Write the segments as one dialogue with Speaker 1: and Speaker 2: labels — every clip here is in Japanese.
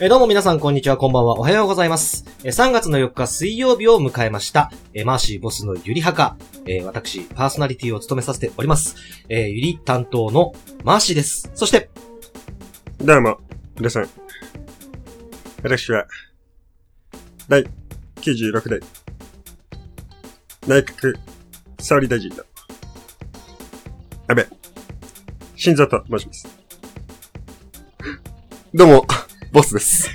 Speaker 1: えーどうも皆さん、こんにちは、こんばんは、おはようございます。えー3月の4日水曜日を迎えました。えーマーシーボスのゆりはか、えー私、パーソナリティを務めさせております。えーゆり担当のマーシーです。そして、
Speaker 2: どうも、皆さん。私は、第96代、内閣総理大臣の、安倍、晋三と申します。どうも、ボスです。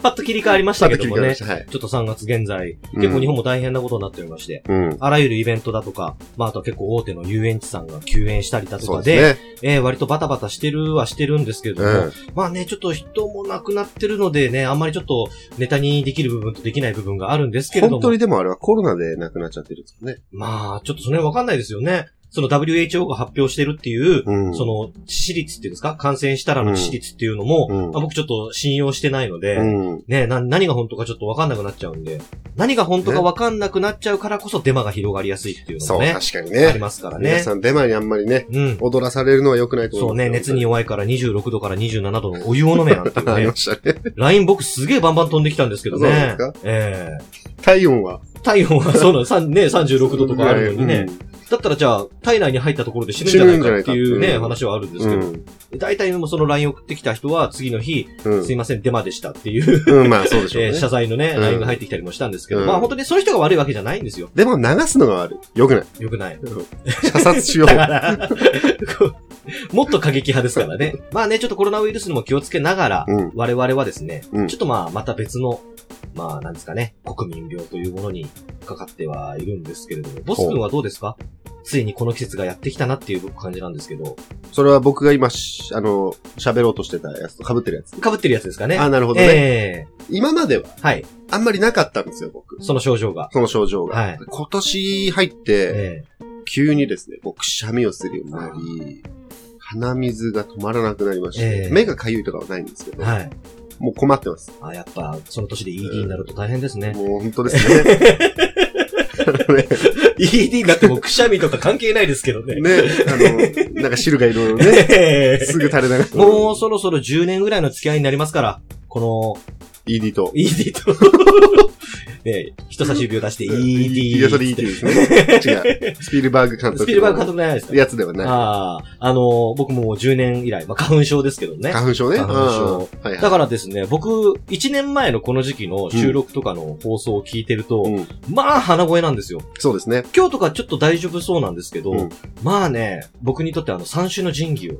Speaker 1: パッと切り替わりまし
Speaker 2: さ
Speaker 1: たけ
Speaker 2: て
Speaker 1: ども
Speaker 2: 聞いてま
Speaker 1: ね
Speaker 2: し。た。はい。
Speaker 1: ちょっと3月現在、結構日本も大変なことになっておりまして、
Speaker 2: うん。
Speaker 1: あらゆるイベントだとか、まああとは結構大手の遊園地さんが休園したりだと
Speaker 2: そ
Speaker 1: か
Speaker 2: う
Speaker 1: で、
Speaker 2: ですね。
Speaker 1: えー割とバタバタしてるはしてるんですけれども、
Speaker 2: うん。
Speaker 1: まあね、ちょっと人も亡くなってるのでね、あんまりちょっとネタにできる部分とできない部分があるんですけれど
Speaker 2: 本当
Speaker 1: も、
Speaker 2: にでもあれはコロナで亡くなっちゃってるんですかね。
Speaker 1: まあ、ちょっとその辺わかんないですよね。その WHO が発表してるっていう、
Speaker 2: うん。
Speaker 1: その、致死率っていうんですか感染したらの致死率っていうのも、
Speaker 2: うん
Speaker 1: まあ僕ちょっと信用してないので、
Speaker 2: うん。
Speaker 1: ねな、何が本当かちょっとわかんなくなっちゃうんで、何が本当かわかんなくなっちゃうからこそデマが広がりやすいっていうの
Speaker 2: そう、
Speaker 1: もね、
Speaker 2: 確かに
Speaker 1: あり
Speaker 2: ね。
Speaker 1: ますから
Speaker 2: 皆
Speaker 1: ね。
Speaker 2: さん、デマにあんまりね、
Speaker 1: うん。
Speaker 2: 踊らされるのは良くないと
Speaker 1: そ
Speaker 2: 思
Speaker 1: う
Speaker 2: う。
Speaker 1: ね、熱に弱いから26度から27度のお湯を飲めなんていう
Speaker 2: あり
Speaker 1: ね
Speaker 2: ま。したね。
Speaker 1: ライン僕すげえバンバン飛んできたんですけど
Speaker 2: そうで
Speaker 1: ね
Speaker 2: すか。
Speaker 1: ええ
Speaker 2: 体温は。
Speaker 1: 体温はそうなの、さんね、36度とかあるのにね
Speaker 2: う。ん。
Speaker 1: だったらじゃあ、体内に入ったところで死ぬんじゃないかっていう
Speaker 2: 死ぬんじゃないかって
Speaker 1: ね、
Speaker 2: うん
Speaker 1: 話はあるんです
Speaker 2: う
Speaker 1: けど、
Speaker 2: ん。
Speaker 1: 大体もうその LINE 送ってきた人は次の日、
Speaker 2: うん
Speaker 1: すいません、デマでしたっていう、
Speaker 2: うん、まあそうでしょう
Speaker 1: え
Speaker 2: ね
Speaker 1: ー。謝罪のね、
Speaker 2: うん
Speaker 1: LINE が入ってきたりもしたんですけど、
Speaker 2: うん
Speaker 1: まあ本当にその人が悪いわけじゃないんですよ。
Speaker 2: でも流すのが悪い。よくない。
Speaker 1: よくない。
Speaker 2: 射殺しよ
Speaker 1: だか
Speaker 2: う。
Speaker 1: ら、 こうもっと過激派ですからね。まあね、ちょっとコロナウイルスにも気をつけながら、
Speaker 2: うん。
Speaker 1: 我々はですね、
Speaker 2: うん
Speaker 1: ちょっとまあ、また別の、まあ、なんですかね、国民病というものにかかってはいるんですけれども、ボス君はどうですかついにこの季節がやってきたなっていう僕感じなんですけど、
Speaker 2: それは僕が今し、あの、喋ろうとしてたやつと被ってるやつ。
Speaker 1: 被ってるやつですかね。
Speaker 2: あ、なるほどね。
Speaker 1: ええ
Speaker 2: 今までは
Speaker 1: はい。
Speaker 2: あんまりなかったんですよ、僕。
Speaker 1: その症状が。
Speaker 2: その症状
Speaker 1: は
Speaker 2: が
Speaker 1: い。
Speaker 2: 今年入って、
Speaker 1: え
Speaker 2: 急にですね、僕、くしゃみをするようになり、鼻水が止まらなくなりまし
Speaker 1: え
Speaker 2: て
Speaker 1: え、
Speaker 2: 目がかゆいとかはないんですけ
Speaker 1: え
Speaker 2: ど、
Speaker 1: はい。
Speaker 2: もう困ってます。
Speaker 1: あ、やっぱ、その年で ED になると大変です ね。
Speaker 2: もう本当です ね。ね
Speaker 1: ED になってもくしゃみとか関係ないですけどね。
Speaker 2: ね、あの、なんか汁がいろいろ ね、
Speaker 1: ええ
Speaker 2: すぐ垂れ流す。
Speaker 1: もうそろそろ10年ぐらいの付き合いになりますから、こ
Speaker 2: ED
Speaker 1: の、。
Speaker 2: と
Speaker 1: ED と、 ねえ、人差し指を出して ED。
Speaker 2: いや、それ ED で すね。違う。スピルバーグ監督。
Speaker 1: スピルバーグ監督じゃないですか。
Speaker 2: やつではない。
Speaker 1: ああ、あのー僕ももう10年以来、まあ、花粉症ですけどね。
Speaker 2: 花粉症ね。
Speaker 1: 花粉症
Speaker 2: うんはいはい。
Speaker 1: だからですね、僕、1年前のこの時期の収録とかの放送を聞いてると、
Speaker 2: うん
Speaker 1: まあ、鼻声なんですよ。
Speaker 2: そうですね。
Speaker 1: 今日とかちょっと大丈夫そうなんですけど、
Speaker 2: うん
Speaker 1: まあね、僕にとってあの、3種の神器を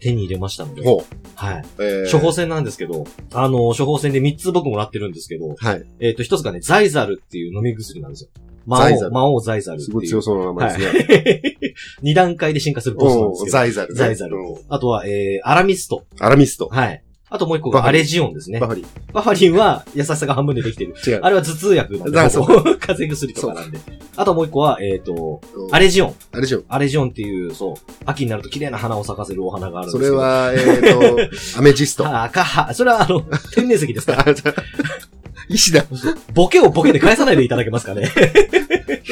Speaker 1: 手に入れましたので、
Speaker 2: ほ
Speaker 1: はい。
Speaker 2: う。えー
Speaker 1: 処方箋なんですけど、あの、処方箋で3つ僕もらってるんですけど、
Speaker 2: はい。
Speaker 1: えっ、と、1つがね、ザイザルっていう飲み薬なんですよ。魔
Speaker 2: ザイザ
Speaker 1: 王、
Speaker 2: ル
Speaker 1: 魔王ザイザルって
Speaker 2: す
Speaker 1: いう
Speaker 2: ご い。強そうな名前ですね。
Speaker 1: 2段階で進化するボスなんで
Speaker 2: お
Speaker 1: す
Speaker 2: う
Speaker 1: けど。
Speaker 2: ザイザルね。
Speaker 1: ザイザル
Speaker 2: うん
Speaker 1: あとは、えー、アラミスト。
Speaker 2: アラミスト。
Speaker 1: はい。あともう一個
Speaker 2: バ
Speaker 1: が
Speaker 2: ファ
Speaker 1: ア
Speaker 2: リン
Speaker 1: レジオンですね
Speaker 2: バ。ファリン。
Speaker 1: バファリンは優しさが半分でできて る。
Speaker 2: 違う。
Speaker 1: あれは頭痛 薬なんで、
Speaker 2: だ
Speaker 1: ほぼ 風邪薬とかなんで。あともう一個は、えっ、と、
Speaker 2: うん
Speaker 1: アレジオン。
Speaker 2: あれでしょ。
Speaker 1: アレジオンっていう、そう、秋になると綺麗な花を咲かせるお花があるんです
Speaker 2: そ
Speaker 1: け
Speaker 2: れ
Speaker 1: ど。
Speaker 2: は、え ーと、アメジスト。
Speaker 1: あ、かは、それはあの、天然石ですから。
Speaker 2: あじゃあ石だ。
Speaker 1: ボケをボケで返さないでいただけます かね。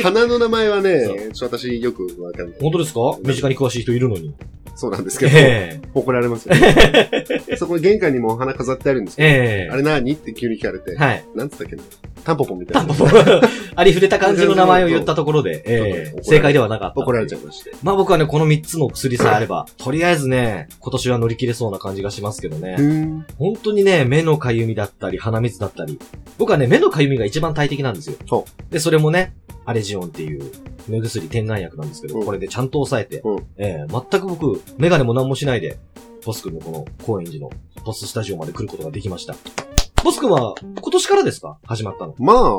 Speaker 2: 花の名前は
Speaker 1: そ
Speaker 2: ね、ちょっと私よくわかんない。
Speaker 1: 本当ですか身近に詳しい人いるのに。
Speaker 2: そうなんですけど、
Speaker 1: え
Speaker 2: 怒られますよね。 そこに玄関にもお花飾ってあるんです
Speaker 1: え
Speaker 2: け
Speaker 1: ええ
Speaker 2: ど、あれ何って急に聞かれて、
Speaker 1: はい。
Speaker 2: なんつったっけなタンポポみた
Speaker 1: タ
Speaker 2: い
Speaker 1: ン
Speaker 2: な
Speaker 1: ポ。ポ。 ありふれた感じの名前を言ったところで、ええ正解ではなかった。
Speaker 2: 怒られちゃいまして。
Speaker 1: まあ僕はね、この3つの薬さえあれば、とりあえずね、今年は乗り切れそうな感じがしますけどね。
Speaker 2: うん。
Speaker 1: 本当にね、目のかゆみだったり、鼻水だったり。僕はね、目のかゆみが一番大敵なんですよ。
Speaker 2: そ
Speaker 1: で、それもね、アレジオンっていう、目薬点眼薬なんですけど、
Speaker 2: うん
Speaker 1: これでちゃんと抑えて、
Speaker 2: うん
Speaker 1: ええ全く僕、メガネも何もしないで、ボス君のこの、高円寺の、ボススタジオまで来ることができました。ボス君は、今年からですか始まったの。
Speaker 2: まあ、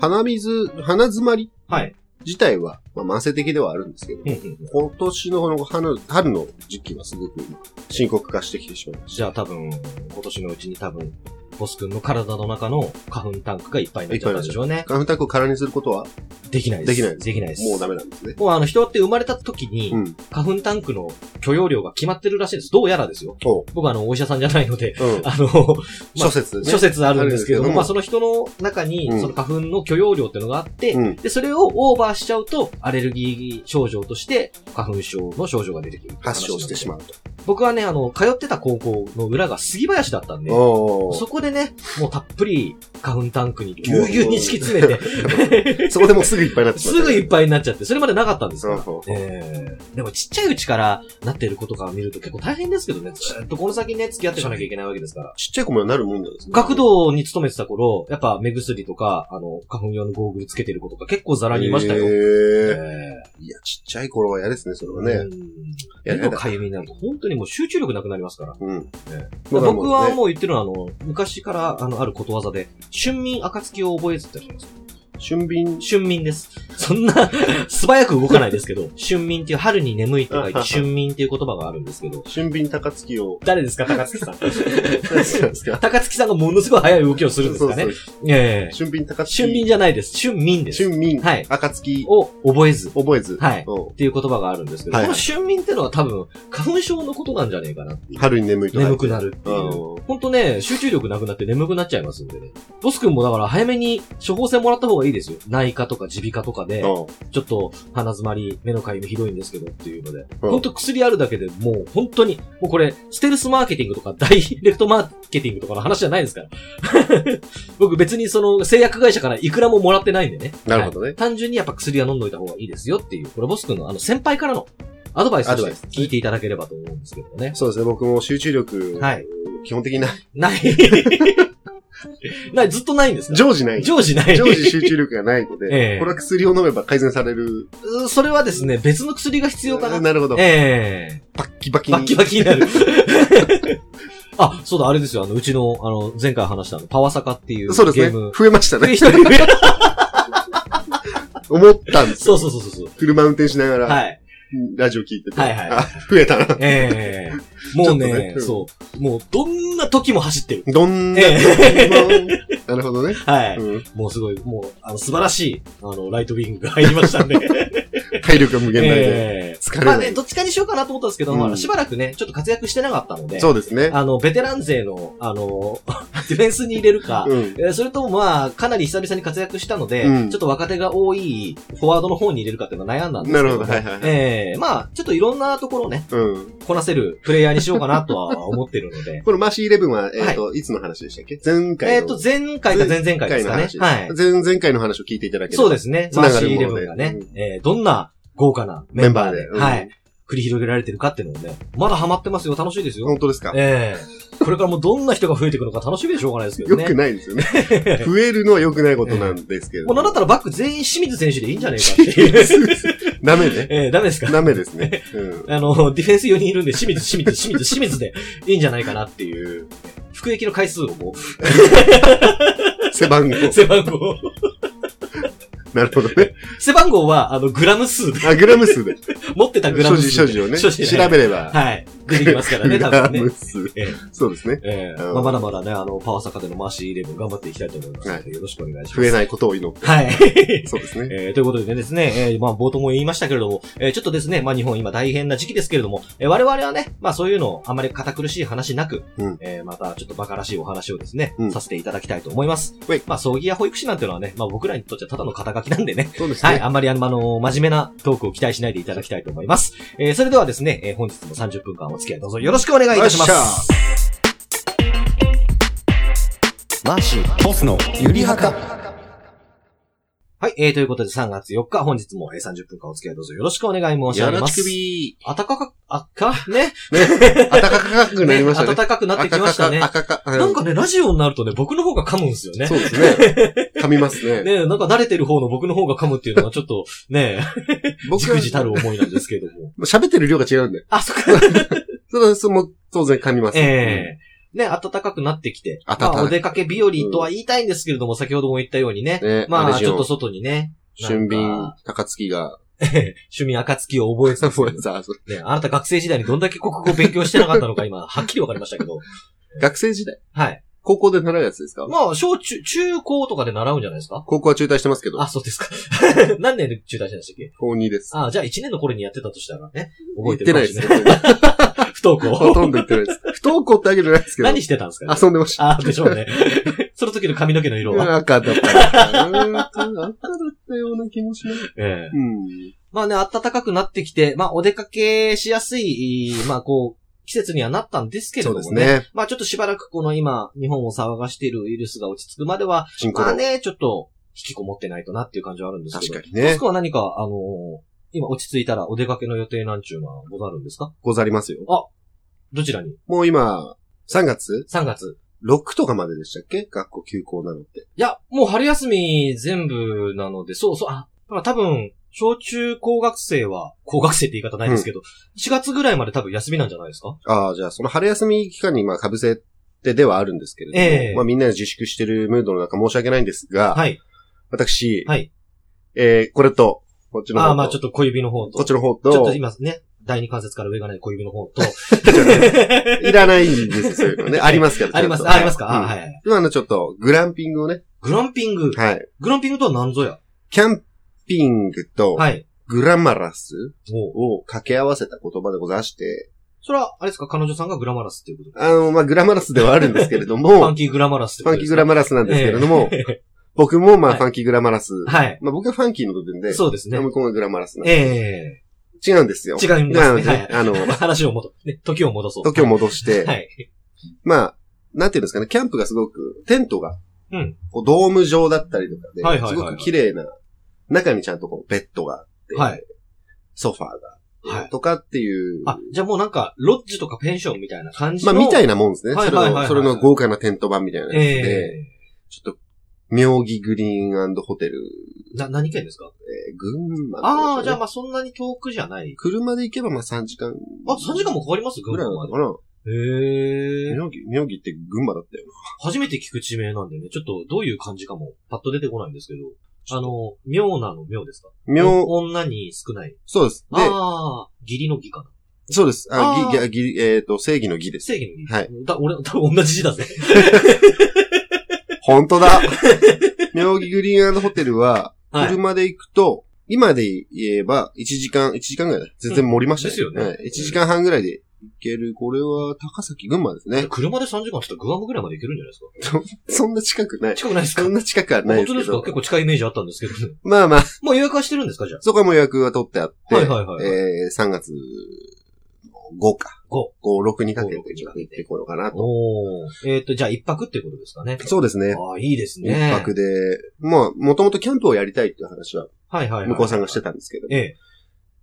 Speaker 2: 鼻水、鼻詰まり
Speaker 1: はい。
Speaker 2: 自体は、まあ、慢性的ではあるんですけど、
Speaker 1: うんうんうん
Speaker 2: 今年のこの春春の時期はすごく深刻化してきてしまいまし
Speaker 1: じゃあ多分、今年のうちに多分、ボス君の体の中の花粉タンクがいっぱいになっちゃったんでしょうね。
Speaker 2: カフンタンクを空にすることは
Speaker 1: できないです。
Speaker 2: できないです
Speaker 1: できないです。
Speaker 2: もうダメなんですね。
Speaker 1: もうあの人って生まれた時に
Speaker 2: う、ん。
Speaker 1: 花粉タンクの許容量が決まってるらしいです。どうやらですよ。
Speaker 2: おう。
Speaker 1: 僕はあの、お医者さんじゃないので、
Speaker 2: うん。
Speaker 1: あの、まあ
Speaker 2: 諸説ね。
Speaker 1: 諸説あるんですけど
Speaker 2: あ
Speaker 1: も、
Speaker 2: るんですけども
Speaker 1: まあその人の中に
Speaker 2: うん、
Speaker 1: その花粉の許容量ってのがあって、
Speaker 2: うん。
Speaker 1: で、それをオーバーしちゃうと、アレルギー症状として、花粉症の症状が出てくる。
Speaker 2: 発症してしまうと。
Speaker 1: 僕はね、あの、通ってた高校の裏が杉林だったんで、
Speaker 2: おー
Speaker 1: そこでね、もうたっぷり花粉タンクにぎゅうぎゅうに敷き詰めて、
Speaker 2: そこでもうすぐいっぱいになってしま
Speaker 1: す
Speaker 2: う
Speaker 1: ぐいっぱいになっちゃって、それまでなかったんですから。
Speaker 2: そう。
Speaker 1: えーでもちっちゃいうちからなってる子とかを見ると結構大変ですけどね、ずっとこの先ね、付き合っていかなきゃいけないわけですから。
Speaker 2: ちっちゃい子もなるもんなんですね。
Speaker 1: 学童に勤めてた頃、やっぱ目薬とか、あの、花粉用のゴーグルつけてる子とか結構ザラにいましたよ。え
Speaker 2: よ。
Speaker 1: ー
Speaker 2: いや、ちっちゃい頃は嫌ですね、それはね。
Speaker 1: うん
Speaker 2: や
Speaker 1: 目のかゆみになると本当にもう集中力なくなりますから。
Speaker 2: うん。
Speaker 1: 僕は
Speaker 2: うね。
Speaker 1: もう言ってるのは、あの、昔から、あの、あることわざで、春眠暁を覚えずってやつなんですよ
Speaker 2: 俊敏、
Speaker 1: 春眠です。そんな、 素早く動かないですけど、春眠っていう、春に眠いって 書いて、春眠っていう言葉があるんですけど、。
Speaker 2: 俊敏高月を
Speaker 1: 誰ですか、高槻さん。
Speaker 2: 何ですか
Speaker 1: 高槻さんがものすごい速い動きをするんですか
Speaker 2: そ
Speaker 1: ね
Speaker 2: う。そう
Speaker 1: ええ
Speaker 2: 俊敏高月。
Speaker 1: 春眠じゃないです。春眠です。
Speaker 2: 俊敏、
Speaker 1: はい
Speaker 2: 暁
Speaker 1: を覚えず。っ
Speaker 2: 覚えず。
Speaker 1: はい
Speaker 2: うん
Speaker 1: ていう言葉があるんですけど、
Speaker 2: はい
Speaker 1: この春眠ってのは多分、花粉症のことなんじゃねえかなっていう。
Speaker 2: 春に眠いとか。
Speaker 1: 眠くなるっていう。
Speaker 2: うん
Speaker 1: ほんとね、集中力なくなって眠くなっちゃいますんでね。ボス君もだから早めに処方箋もらった方がいいですよ。内科とか耳鼻科とかで、
Speaker 2: うん
Speaker 1: ちょっと鼻詰まり、目のかゆみひどいんですけどっていうので。
Speaker 2: うん
Speaker 1: ほんと薬あるだけでもう本当に、もうこれ、ステルスマーケティングとかダイレクトマーケティングとかの話じゃないですから。 僕別にその製薬会社からいくらももらってないんでね。
Speaker 2: なるほどね
Speaker 1: はい単純にやっぱ薬は飲んどいた方がいいですよっていう、これボス君のあの先輩からのアドバイスと
Speaker 2: アド
Speaker 1: し
Speaker 2: バ
Speaker 1: て
Speaker 2: イス
Speaker 1: 聞いていただければと思うんですけどもね。
Speaker 2: そうですね、僕も集中力、
Speaker 1: はい。
Speaker 2: 基本的にない。
Speaker 1: ない。ない、ずっ とないんですか
Speaker 2: 常時ない。
Speaker 1: 常時ない。
Speaker 2: 常時集中力がないので、
Speaker 1: ええ
Speaker 2: これは薬を飲めば改善される。
Speaker 1: うんそれはですね、別の薬が必要かな。
Speaker 2: なるほど。
Speaker 1: え
Speaker 2: バッキバ
Speaker 1: え
Speaker 2: キに。
Speaker 1: バッキバキになる。 あ、そうだ、あれですよ。あの、うちの、あの、前回話したあの、パワサカっていう
Speaker 2: そう
Speaker 1: ゲ
Speaker 2: で
Speaker 1: ー
Speaker 2: すね
Speaker 1: ム。。
Speaker 2: 増えましたね。
Speaker 1: 一人増えた
Speaker 2: 思ったんです
Speaker 1: そう
Speaker 2: よ。
Speaker 1: そうそうそうそう。
Speaker 2: 車運転しながら、
Speaker 1: はい。
Speaker 2: ラジオ聞いてて。
Speaker 1: はいはい
Speaker 2: あ、増えたな。
Speaker 1: ええもうね
Speaker 2: ち
Speaker 1: そ
Speaker 2: ょ
Speaker 1: う。もう、どんな時も走ってる。
Speaker 2: どんな、
Speaker 1: え
Speaker 2: なるほどね。
Speaker 1: はい。
Speaker 2: うん
Speaker 1: もうすごい、もう、あの、素晴らしい、あの、ライトウィングが入りましたん で。
Speaker 2: 体力が無限大で。
Speaker 1: ええ
Speaker 2: 疲れ
Speaker 1: まあ
Speaker 2: な
Speaker 1: ね、
Speaker 2: い。
Speaker 1: どっちかにしようかなと思ったんですけど、
Speaker 2: うん
Speaker 1: まあしばらくね、ちょっと活躍してなかったので、
Speaker 2: そうですね。
Speaker 1: あの、ベテラン勢の、あの、 ディフェンスに入れるか、
Speaker 2: うん。
Speaker 1: えーそれともまあ、かなり久々に活躍したので、
Speaker 2: うん
Speaker 1: ちょっと若手が多いフォワードの方に入れるかっていうのは悩んだんです
Speaker 2: な
Speaker 1: けど
Speaker 2: るほ
Speaker 1: も。
Speaker 2: ど。はいはいはい。
Speaker 1: ええまあ、ちょっといろんなところをね、
Speaker 2: うん。。
Speaker 1: こなせるプレイヤーにしようかなとは思ってるので
Speaker 2: このマーシーイレブンは、えっと、いつの話でしたっけ前回の。
Speaker 1: えっと、前回か前々回ですかね
Speaker 2: 前。回の
Speaker 1: はい
Speaker 2: 話。前々回の話を聞いていただければ。
Speaker 1: そうですね。
Speaker 2: つ
Speaker 1: マ
Speaker 2: な
Speaker 1: ー
Speaker 2: が
Speaker 1: シ
Speaker 2: る
Speaker 1: ーイ
Speaker 2: もので
Speaker 1: レブンがね、
Speaker 2: う
Speaker 1: えーどんな豪華なメンバーで、
Speaker 2: メンバーでうん
Speaker 1: はい。繰り広げられてるかっていうのをね、まだハマってますよ。楽しいですよ。
Speaker 2: 本当ですか
Speaker 1: ええこれからもどんな人が増えていくのか楽しみでしょうがないですけど
Speaker 2: 良
Speaker 1: ね。
Speaker 2: くないです よね。増えるのは良くないことなんですけれど
Speaker 1: もうな
Speaker 2: も。
Speaker 1: んだったらバック全員清水選手でいいんじゃねえかっていう。
Speaker 2: ダ メね。
Speaker 1: ええダメですか
Speaker 2: ダメですね。うん。
Speaker 1: あの、ディフェンス4人いるんで、清水、清水、清水、清水でいいんじゃないかなっていう。服役の回数をも
Speaker 2: 背番号。
Speaker 1: う、背番号。
Speaker 2: なるほど ね。
Speaker 1: 背番号は、あの、グラム数で、
Speaker 2: あ、グラム数で。
Speaker 1: 持ってたグラ
Speaker 2: 所
Speaker 1: ム
Speaker 2: 持、
Speaker 1: 数
Speaker 2: 所
Speaker 1: で。
Speaker 2: 持をね。
Speaker 1: 所
Speaker 2: 調
Speaker 1: 持はい
Speaker 2: べれば。
Speaker 1: はい。出てきますからね、
Speaker 2: グ
Speaker 1: 多
Speaker 2: ラ
Speaker 1: 分ね。
Speaker 2: ム数
Speaker 1: ええ。
Speaker 2: そうですね。
Speaker 1: ええ
Speaker 2: うん
Speaker 1: まあ、まだまだね、あの、パワーサカでのマーシーイレブン頑張っていきたいと思いますので、
Speaker 2: は
Speaker 1: よろしくお願いします。
Speaker 2: 増えないことを祈って。
Speaker 1: はい。
Speaker 2: そうですね。
Speaker 1: えーということでですね、えーまあ冒頭も言いましたけれども、えーちょっとですね、まあ日本今大変な時期ですけれども、えー我々はね、まあそういうのをあまり堅苦しい話なく、
Speaker 2: うん
Speaker 1: えーまたちょっと馬鹿らしいお話をですね、
Speaker 2: うん
Speaker 1: させていただきたいと思います。
Speaker 2: はい
Speaker 1: まあ葬儀や保育士なんていうのはね、まあ僕らにとってはただの肩書きなんでね、
Speaker 2: そうです
Speaker 1: はい、
Speaker 2: ね。
Speaker 1: あんまりあの、あの真面目なトークを期待しないでいただきたいと思います。えーそれではですね、えー本日も30分間お付き合いどうぞよろしくお願いいたします。
Speaker 2: よっしゃ
Speaker 3: マーシー、ボスのゆりはか。
Speaker 1: はい、えー、ということで3月4日、本日もえー30分間お付き合いどうぞよろしくお願い申し上
Speaker 2: や
Speaker 1: げ
Speaker 2: ら
Speaker 1: ま
Speaker 2: ち
Speaker 1: す
Speaker 2: く。び。
Speaker 1: あたかか、あか、ね。
Speaker 2: ね。暖かくなりましたね。
Speaker 1: 暖かくなってきましたね。
Speaker 2: 赤か、赤か。
Speaker 1: なん
Speaker 2: か
Speaker 1: かね、ラジオになるとね、僕の方が噛むんですよね。
Speaker 2: そうですね。 噛みますね。
Speaker 1: ねなんか慣れてる方の僕の方が噛むっていうのはちょっと、ねえ、じ
Speaker 2: 僕は
Speaker 1: くじたる思いなんですけれど も。
Speaker 2: 喋ってる量が違うんで。
Speaker 1: あ、そっか。
Speaker 2: それはそれも当然噛みます。
Speaker 1: ええね、暖かくなってきて。
Speaker 2: 暖かい
Speaker 1: まあお出かけ日和とは言いたいんですけれども、先ほども言ったようにね。
Speaker 2: ね
Speaker 1: ま
Speaker 2: あれ
Speaker 1: あ、
Speaker 2: し
Speaker 1: ち
Speaker 2: よう
Speaker 1: ょっと外にね、 な
Speaker 2: 俊
Speaker 1: ん
Speaker 2: 敏
Speaker 1: か、
Speaker 2: 高月が、
Speaker 1: 趣味暁を覚えてたんですけど
Speaker 2: さあそう
Speaker 1: ね、あなた学生時代にどんだけ国語を勉強してなかったのか今、はっきりわかりましたけど。
Speaker 2: 学生時代
Speaker 1: はい。
Speaker 2: 高校で習うやつですか
Speaker 1: まあ、小中、中高とかで習うんじゃないですか
Speaker 2: 高校は中退してますけど
Speaker 1: あ、、そうですか。 何年で中退したんでしたっけ
Speaker 2: 高2です。
Speaker 1: あじゃあ1年の頃にやってたとしたらね、
Speaker 2: 行
Speaker 1: 覚
Speaker 2: っ
Speaker 1: えて
Speaker 2: て
Speaker 1: るか
Speaker 2: な
Speaker 1: も
Speaker 2: い
Speaker 1: し
Speaker 2: で
Speaker 1: れ
Speaker 2: す
Speaker 1: ない。
Speaker 2: ね。
Speaker 1: 不登校。
Speaker 2: ほとんど行っ てないです。不登校ってわけじゃないですけど。
Speaker 1: 何してたんですかね
Speaker 2: 遊んでました。
Speaker 1: あでしょうね。 その時の髪の毛の色は。
Speaker 2: 赤だった。うん赤だったような気もしない。
Speaker 1: ええ
Speaker 2: うん。
Speaker 1: まあね、暖かくなってきて、まあお出かけしやすい、まあこう、季節にはなったんですけれ
Speaker 2: そ
Speaker 1: ど
Speaker 2: う
Speaker 1: も
Speaker 2: で
Speaker 1: ね。
Speaker 2: すね。
Speaker 1: まあちょっとしばらくこの今、日本を騒がしているウイルスが落ち着くまでは、
Speaker 2: 人口
Speaker 1: まあ
Speaker 2: の。
Speaker 1: ね、ちょっと引きこもってないとなっていう感じはあるんですけ
Speaker 2: 確
Speaker 1: ど。
Speaker 2: かに
Speaker 1: も
Speaker 2: ね
Speaker 1: し。くは何か、あのー今落ち着いたらお出かけの予定なんちゅうのはござるんですか
Speaker 2: ござりますよ。
Speaker 1: どちらに
Speaker 2: もう今、3月
Speaker 1: ?3 月。
Speaker 2: ?6 とかまででしたっけ学校休校なのって。
Speaker 1: いや、もう春休み全部なので、そうそう、あ、まあ多分、小中高学生は、高学生って言い方ないですけど、4月ぐらいまで多分休みなんじゃないですか
Speaker 2: ああ、じゃあその春休み期間にまあ被せてではあるんですけれども、
Speaker 1: ええ
Speaker 2: まあみんなで自粛してるムードの中申し訳ないんですが、
Speaker 1: はい。
Speaker 2: 私、
Speaker 1: はい
Speaker 2: えー、これと、こっちの方
Speaker 1: あ
Speaker 2: と、
Speaker 1: あ、まあちょっと小指の方と。
Speaker 2: こっちの方
Speaker 1: ちょっと
Speaker 2: と、
Speaker 1: 今ね、第二関節から上がない小指の方と。
Speaker 2: いらないんですよ、そういうのね。ありますから、
Speaker 1: あります、
Speaker 2: ちゃん
Speaker 1: ああ
Speaker 2: と
Speaker 1: りますか、あ
Speaker 2: うん
Speaker 1: はいはい。
Speaker 2: 今のちょっと、グランピングをね、
Speaker 1: グランピング。
Speaker 2: はい。
Speaker 1: グランピングとは何ぞや
Speaker 2: キャンピングと、
Speaker 1: はい。
Speaker 2: グラマラス
Speaker 1: おう
Speaker 2: を掛け合わせた言葉でございまして、
Speaker 1: それは、あれですか彼女さんがグラマラスっていうこと
Speaker 2: あの、まあ、グラマラスではあるんですけれ ど
Speaker 1: ファ
Speaker 2: も
Speaker 1: ン、キーグラマラスって
Speaker 2: フ
Speaker 1: こ
Speaker 2: ァ
Speaker 1: と
Speaker 2: ンキ
Speaker 1: で
Speaker 2: ー
Speaker 1: す
Speaker 2: グ
Speaker 1: か
Speaker 2: ラマラスなんですけれども、
Speaker 1: え
Speaker 2: 僕もまあ、
Speaker 1: はい
Speaker 2: ファンキーグラマラス。
Speaker 1: えはい。
Speaker 2: まあ、僕はファンキーの部分で、
Speaker 1: そうですね。
Speaker 2: 向こうがグラマラスなんで
Speaker 1: え
Speaker 2: 違うんですよ。
Speaker 1: 違いますね
Speaker 2: なので、
Speaker 1: はい
Speaker 2: あの
Speaker 1: え、話を戻、ね、時を戻そう。
Speaker 2: 時を戻して、
Speaker 1: はい。
Speaker 2: まあ、なんていうんですかね、キャンプがすごく、テントが、
Speaker 1: うん
Speaker 2: こうドーム状だったりとかで、
Speaker 1: はいはいはいはい
Speaker 2: すごく綺麗な、中にちゃんとこう、ベッドがあって、
Speaker 1: はい。
Speaker 2: ソファーがあっ
Speaker 1: は
Speaker 2: て、
Speaker 1: い。
Speaker 2: とかっていう、
Speaker 1: あ、じゃあもうなんか、ロッジとかペンションみたいな感じ
Speaker 2: まあ、
Speaker 1: の。
Speaker 2: みた
Speaker 1: い
Speaker 2: いなもんですね。
Speaker 1: はい
Speaker 2: それ
Speaker 1: はいはいはい
Speaker 2: の、それの豪華なテント版みたいなやつ
Speaker 1: え
Speaker 2: で、
Speaker 1: え
Speaker 2: ちょっと、妙義グリーンホテル、
Speaker 1: な、何県ですか
Speaker 2: えー群馬
Speaker 1: ああ、じゃあ
Speaker 2: あ、
Speaker 1: まあそんなに遠くじゃない。
Speaker 2: 車で行けばまあ3時間。
Speaker 1: あ、3時間もかかります群
Speaker 2: ぐらいな
Speaker 1: 馬
Speaker 2: の
Speaker 1: まで
Speaker 2: か。な
Speaker 1: へえ。
Speaker 2: 妙義、妙義って群馬だったよな。
Speaker 1: 初めて聞く地名なんでね、ちょっとどういう感じかも、パッと出てこないんですけど。あの、妙なの妙ですか
Speaker 2: 妙、
Speaker 1: 女に少ない。
Speaker 2: そうです。で、
Speaker 1: ああ、義理の義かな。
Speaker 2: そうです。あ、
Speaker 1: あー
Speaker 2: ぎ、ぎ、ぎえっ、と、正義の義です。
Speaker 1: 正義の義。
Speaker 2: はい。
Speaker 1: だ、俺、多分同じ字だぜ。
Speaker 2: 本 当だ妙義グリーンホテルは、
Speaker 1: はい。
Speaker 2: 車で行くと、今で言えば、1時間、1時間ぐらいだ。全然盛りました
Speaker 1: うんですよね
Speaker 2: 1時間半ぐらいで行ける。これは、高崎、群馬ですね。
Speaker 1: 車で3時間って言ったらグアムぐらいまで行けるんじゃないですか
Speaker 2: そんな近くない。
Speaker 1: 近くないですか
Speaker 2: そんな近くはない
Speaker 1: 本当で
Speaker 2: ですけ
Speaker 1: すか
Speaker 2: ど。
Speaker 1: 結構近いイメージあったんですけどね。
Speaker 2: まあまあ、
Speaker 1: もう予約はしてるんですかじゃあ。
Speaker 2: そこはもう予約は取ってあって、
Speaker 1: はいはいはいは
Speaker 2: えー、3月の5か。
Speaker 1: 5。
Speaker 2: 5、6にかけて
Speaker 1: 5 6に
Speaker 2: ちょ
Speaker 1: か
Speaker 2: っと
Speaker 1: けて
Speaker 2: 行ってこようかなと。
Speaker 1: おお。えっ、と、じゃあ一泊ってことですかね。
Speaker 2: そうですね。
Speaker 1: ああ、いいです
Speaker 2: 一
Speaker 1: ね。
Speaker 2: 泊で、まあ、もともとキャンプをやりたいっていう話は、
Speaker 1: はいはいはい。
Speaker 2: 向こうさんがしてたんですけど、
Speaker 1: ええ。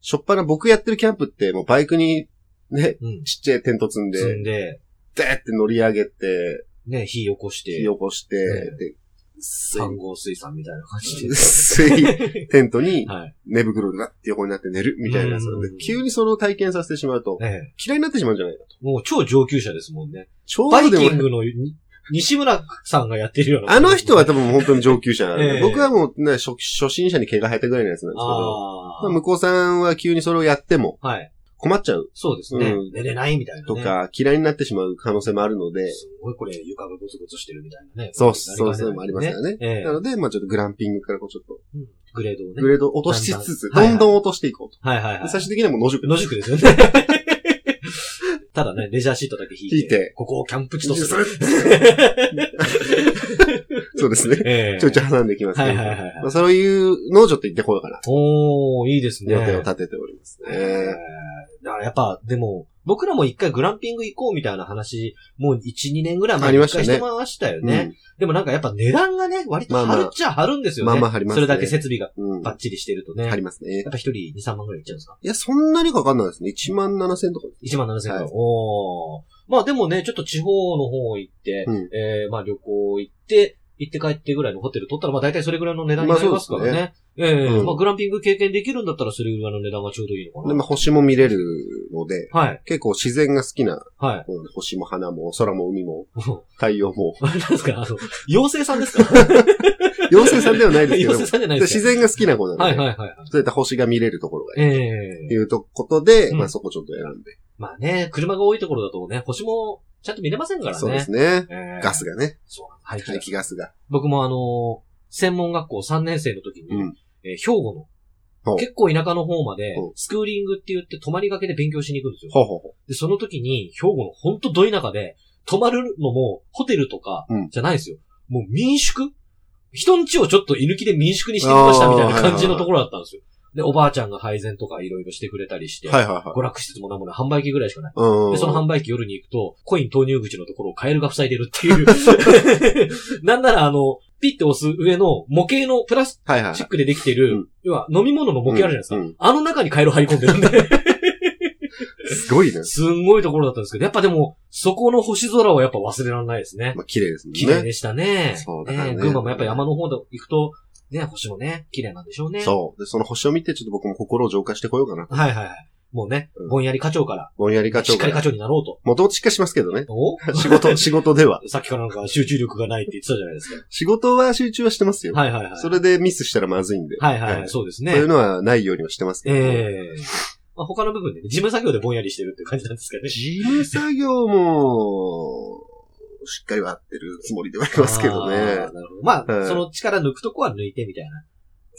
Speaker 2: しょっぱな僕やってるキャンプって、もうバイクに、ね、
Speaker 1: うん。
Speaker 2: ちっちゃいテント積んで、
Speaker 1: 積んで、
Speaker 2: でーって乗り上げて、
Speaker 1: ね、火起こして、
Speaker 2: 火起こして、
Speaker 1: え
Speaker 2: で、
Speaker 1: 三合水産みたいな感じで。
Speaker 2: 薄いテントに
Speaker 1: はい。
Speaker 2: 寝袋がって横になって寝るみたいなやつなので
Speaker 1: うん、
Speaker 2: 急にそれを体験させてしまうと、
Speaker 1: ええ。
Speaker 2: 嫌いになってしまうんじゃないかと。
Speaker 1: もう超上級者ですもんね。
Speaker 2: ちょ
Speaker 1: バ
Speaker 2: う
Speaker 1: イ
Speaker 2: ど
Speaker 1: キ
Speaker 2: で
Speaker 1: ン
Speaker 2: も、
Speaker 1: グのに西村さんがやってるような。
Speaker 2: あの人は多分本当に上級者なん で、
Speaker 1: ええ
Speaker 2: 僕はもう、ね、初初心者に毛が生えたぐらいのやつなんですけど、
Speaker 1: あ
Speaker 2: まあ向こうさんは急にそれをやっても
Speaker 1: あ。はい。
Speaker 2: 困っちゃう
Speaker 1: そうですね。
Speaker 2: うん
Speaker 1: 寝れないみたいな、ね。
Speaker 2: とか、嫌いになってしまう可能性もあるので、
Speaker 1: すごいこれ床がゴツゴツしてるみたいなね。
Speaker 2: そう、そうそういうのもあります
Speaker 1: ね
Speaker 2: からね。
Speaker 1: ええ
Speaker 2: なので、まあちょっとグランピングからこうちょっと、
Speaker 1: うんグレードをね。
Speaker 2: グレードを落としつつ、
Speaker 1: だんだん
Speaker 2: どんどん落としていこうと。
Speaker 1: はいはいはい。
Speaker 2: で最終的にはもう野宿。
Speaker 1: 野宿ですよね。 ただね、レジャーシートだけ引いて、
Speaker 2: 引いて
Speaker 1: ここをキャンプ地とす る。
Speaker 2: そうですね。
Speaker 1: ええ
Speaker 2: ちょいちょい挟んでいきますね。
Speaker 1: はいはいはいはい
Speaker 2: まあそういうのをちょっと言ってこようかな。
Speaker 1: おー、いいですね。
Speaker 2: 予定を立てております
Speaker 1: え
Speaker 2: ね。
Speaker 1: えだからやっぱ、でも、僕らも一回グランピング行こうみたいな話、もう1、2年ぐらい前に
Speaker 2: ありま
Speaker 1: 一
Speaker 2: したね
Speaker 1: 回してましたよね。でもなんかやっぱ値段がね、割と
Speaker 2: まあまあ
Speaker 1: 張るっちゃ張るんですよね。
Speaker 2: まあまあ張ります
Speaker 1: それ
Speaker 2: ね
Speaker 1: だけ設備が
Speaker 2: うん。うん。
Speaker 1: バッ
Speaker 2: あ
Speaker 1: チリしてるとね。
Speaker 2: りますね
Speaker 1: や。っぱ一人2、3万ぐらいいっちゃうんですか
Speaker 2: いや、そんなにかかんないですね。1万7千とか。
Speaker 1: 1万7千円。
Speaker 2: はい
Speaker 1: おーまあでもね、ちょっと地方の方行って、
Speaker 2: うん
Speaker 1: えーまあ旅行行って、行って帰ってぐらいのホテル取ったら、まあ大体それぐらいの値段になりますからね。
Speaker 2: ま
Speaker 1: ええ
Speaker 2: うん
Speaker 1: まあグランピング経験できるんだったらそれぐらいの値段がちょうどいいのか
Speaker 2: で、
Speaker 1: な。
Speaker 2: まあ星も見れるので、
Speaker 1: はい、
Speaker 2: 結構自然が好きな、
Speaker 1: はい。
Speaker 2: うん星も花も空も海も
Speaker 1: も
Speaker 2: 太陽 も、
Speaker 1: うあれなんですかあ の、妖精さんですか
Speaker 2: 妖精さんではないですけど、
Speaker 1: 妖精さんじゃないです
Speaker 2: 自
Speaker 1: か
Speaker 2: 然が好きな子なの
Speaker 1: はい
Speaker 2: で、
Speaker 1: はいはいはい。
Speaker 2: そういった星が見れるところがいい
Speaker 1: ええ
Speaker 2: というとことで、
Speaker 1: うん
Speaker 2: まあそこちょっと選んで。
Speaker 1: まあね、車が多いところだとね、星もちゃんと見れませんからね。
Speaker 2: そうですね。
Speaker 1: えー
Speaker 2: ガスがね。
Speaker 1: そうなんです排気ガ
Speaker 2: 排
Speaker 1: ス
Speaker 2: 気ガスが。
Speaker 1: 僕もあのー専門学校3年生の時に、
Speaker 2: うん
Speaker 1: えー兵庫
Speaker 2: ほ
Speaker 1: の、
Speaker 2: う
Speaker 1: 結構田舎の方まで
Speaker 2: うん、
Speaker 1: スクーリングって言って泊まりがけで勉強しに行くんですよ。
Speaker 2: ほうほうほ
Speaker 1: で、その時に、兵庫のほんとど田舎で、泊まるのも、ホテルとか
Speaker 2: うん、
Speaker 1: じゃないですよ。もう民宿人ん家をちょっと居抜きで民宿にしてみましたみたいな感じのところだったんですよ。で、おばあちゃんが配膳とかいろいろしてくれたりして、
Speaker 2: う。はいはいはい。
Speaker 1: 娯楽施設もなんもない、販売機ぐらいしかない。
Speaker 2: うんうん。
Speaker 1: で、その販売機夜に行くと、コイン投入口のところをカエルが塞いでるって いう。 なんならあの、ピッて押す上の模型のプラス
Speaker 2: はいはい
Speaker 1: チ
Speaker 2: は
Speaker 1: ックでできてる、
Speaker 2: うん
Speaker 1: 要は飲み物の模型あるじゃないですか。
Speaker 2: うんうん
Speaker 1: あの中にカエル入り込んでるんで。
Speaker 2: い。すごいね。
Speaker 1: すんごいところだったんですけど、やっぱでも、そこの星空はやっぱ忘れられないですね。
Speaker 2: まあ、綺麗ですも
Speaker 1: 綺麗
Speaker 2: んね。
Speaker 1: でしたね。
Speaker 2: そうだからね
Speaker 1: ええ群馬もやっぱ山の方で行くと、ね、星もね、綺麗なんでしょうね。
Speaker 2: そう。で、その星を見て、ちょっと僕も心を浄化してこようかな。
Speaker 1: はいはいはい。もうね、
Speaker 2: うん
Speaker 1: ぼんやり課長から、
Speaker 2: ぼんやり課
Speaker 1: し
Speaker 2: 長
Speaker 1: っかり課
Speaker 2: が。
Speaker 1: 長になろう と。
Speaker 2: もともとしっかりしますけどね。
Speaker 1: お
Speaker 2: 仕事、仕事では。
Speaker 1: さっきからなんか集中力がないって言ってたじゃないです
Speaker 2: 仕事は集中はしてますよ。
Speaker 1: か。はいはいはい。
Speaker 2: それでミスしたらまずいんで。
Speaker 1: はいはい、
Speaker 2: はい
Speaker 1: そうです
Speaker 2: そういう
Speaker 1: ね。
Speaker 2: のはないようにはしてますけど。
Speaker 1: ええまあ、他の部分でね、事務作業でぼんやりしてるっていう感じなんですけどね。
Speaker 2: 事務作業も、しっかりは合ってるつもりではありますけど
Speaker 1: あー
Speaker 2: ね。
Speaker 1: なるほど。まあ、
Speaker 2: はい
Speaker 1: その力抜くとこは抜いてみたいな。